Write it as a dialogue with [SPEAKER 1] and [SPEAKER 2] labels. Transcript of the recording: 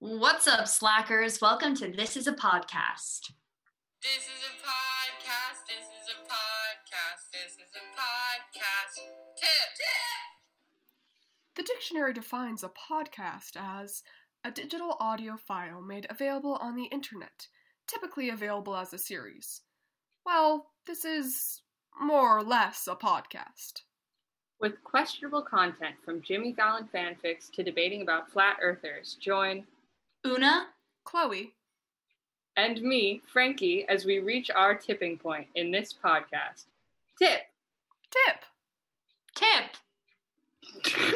[SPEAKER 1] What's up, slackers? Welcome to This is a Podcast.
[SPEAKER 2] This is a podcast. This is a podcast. This is a podcast. Tip.
[SPEAKER 3] The dictionary defines a podcast as a digital audio file made available on the internet, typically available as a series. Well, this is more or less a podcast.
[SPEAKER 4] With questionable content from Jimmy Fallon fanfics to debating about flat earthers, join
[SPEAKER 1] Una,
[SPEAKER 3] Chloe,
[SPEAKER 4] and me, Frankie, as we reach our tipping point in this podcast. Tip!
[SPEAKER 3] tip!
[SPEAKER 1] tip.